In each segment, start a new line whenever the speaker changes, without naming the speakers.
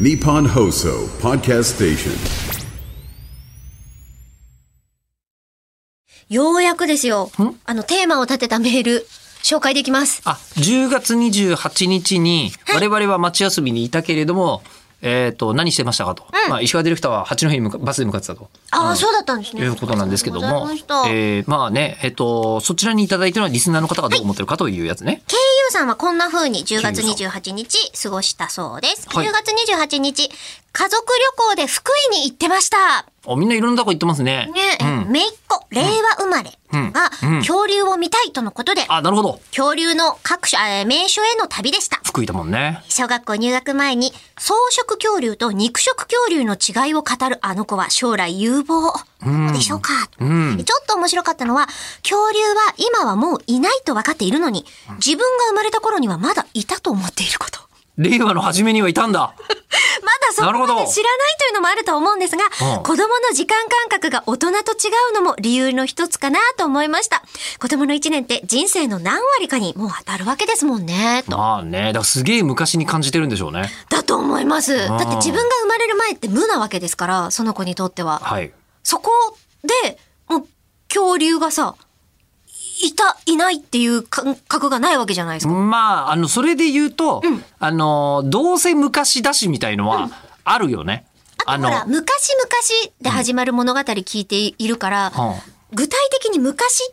Nippon Hoso Podcast Station.
ようやくですよ。あの、テーマを立てたメール、紹介できます。
あ、10月28日に、我々は町休みにいたけれども、えっ、と、何してましたかと。まあ、石川ディレクターは八戸に向かバスで向かってたと。
ああ、
ん
そうだったんですね。
いうことなんですけど
ありがとう
も
ございました、
えーまあね、えっ、と、そちらにいただいたのはリスナーの方がどう思ってるかというやつね。
KU さんはこんな風に10月
KU
28日過ごしたそうです。
はい
10月28日、家族旅行で福井に行ってました。
お、みんないろんなとこ行ってますね。
ね、
う
え
ん。
めいっ子、令和生まれが
うんうん
恐竜を見たいとのことで、
あ、なるほど。
恐竜の各所、あ名所への旅でした。
福井だもんね。
小学校入学前に草食恐竜と肉食恐竜の違いを語るあの子は将来有望でしょうか、
ん
ちょっと面白かったのは恐竜は今はもういないと分かっているのに自分が生まれた頃にはまだいたと思っていること。
令和の初めにはいたんだ。
まだそこま
なるほ
で
ど
知らないというのもあると思うんですが、
うん
子供の時間感覚が大人と違うのも理由の一つかなと思いました。子供の一年って人生の何割かにもう当たるわけですもんね。と
まあね、だからすげえ昔に感じてるんでしょうね。
だと思います。だ
ん
って自分が生まれる前って無なわけですから、その子にとっては。
はい。
そこで、もう恐竜がさ、いた、いないっていう感覚がないわけじゃないですか。
まあ、あの、それで言うと、あの、どうせ昔だしみたいのは、あるよね。
あとほら、昔々で始まる物語聞いているから、
はあ
具体的に昔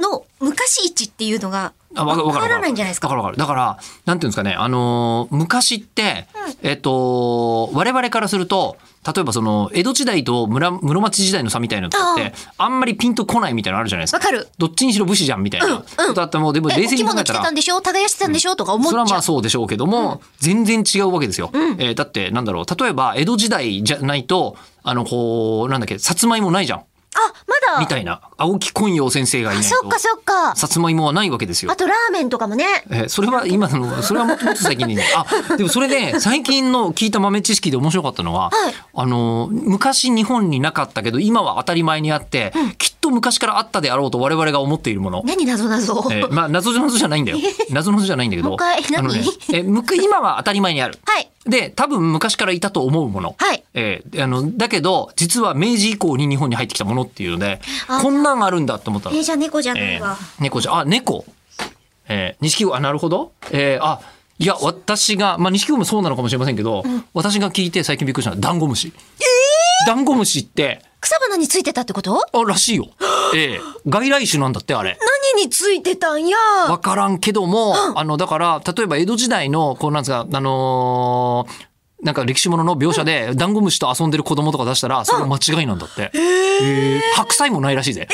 の昔一っていうのが
あ、わか
わ
わかる。
からないんじゃないですか。
わかるわかる。だから、なんていうんですかね、あのー昔って、えっと、我々からすると、例えばその、江戸時代と村室町時代の差みたいなのとかって、あんまりピンとこないみたいなのあるじゃないですか。
わかる
どっちにしろ武士じゃんみたいなことあったらもう、でも
え、
冷
お
静
着
に考
物
え
着て
た
た
ら
ん、でしょ耕してたんでしょとか思っ
そ
ち
れ
ゃう。
はまあそうでしょうけども、全然違うわけですよ。えーだって、なんだろう、例えば江戸時代じゃないと、あの、こう、なんだっけ、さつまいもないじゃん。
あ、まだ。
みたいな。青木昆陽先生がいないと。
そっかそっか。
さつまいもはないわけですよ
あ。とラーメンとかもね。
えーそれは今の、それはもっともっと最近にね。 あ、でもそれで、最近の聞いた豆知識で面白かったのは、
はい
あの、昔日本になかったけど、今は当たり前にあって、きっと昔からあったであろうと我々が思っているもの。
何謎謎。
えーまあ、謎々じゃないんだよ。謎々じゃないんだけど。
もう一回何
あのねえーむく今は当たり前にある。
はい。
で、多分昔からいたと思うもの。
はい
えーあの、だけど、実は明治以降に日本に入ってきたものっていうので
あ、
こんなんあるんだって思ったの
えー、じゃあ猫じゃない
え
わ
ー。猫じゃあ猫えー、錦鯉あなるほどえー、あいや私がまあ錦鯉もそうなのかもしれませんけど、私が聞いて最近びっくりしたのはダンゴムシダンゴムシって
草花についてたってこと
あらしいよええ外来種なんだってあれ
何についてたんや。
わからんけども、あのだから例えば江戸時代のこうなんですかあのーなんか歴史ものの描写で、ダンゴムシと遊んでる子供とか出したら、それは間違いなんだって。へー白菜もないらしいぜ。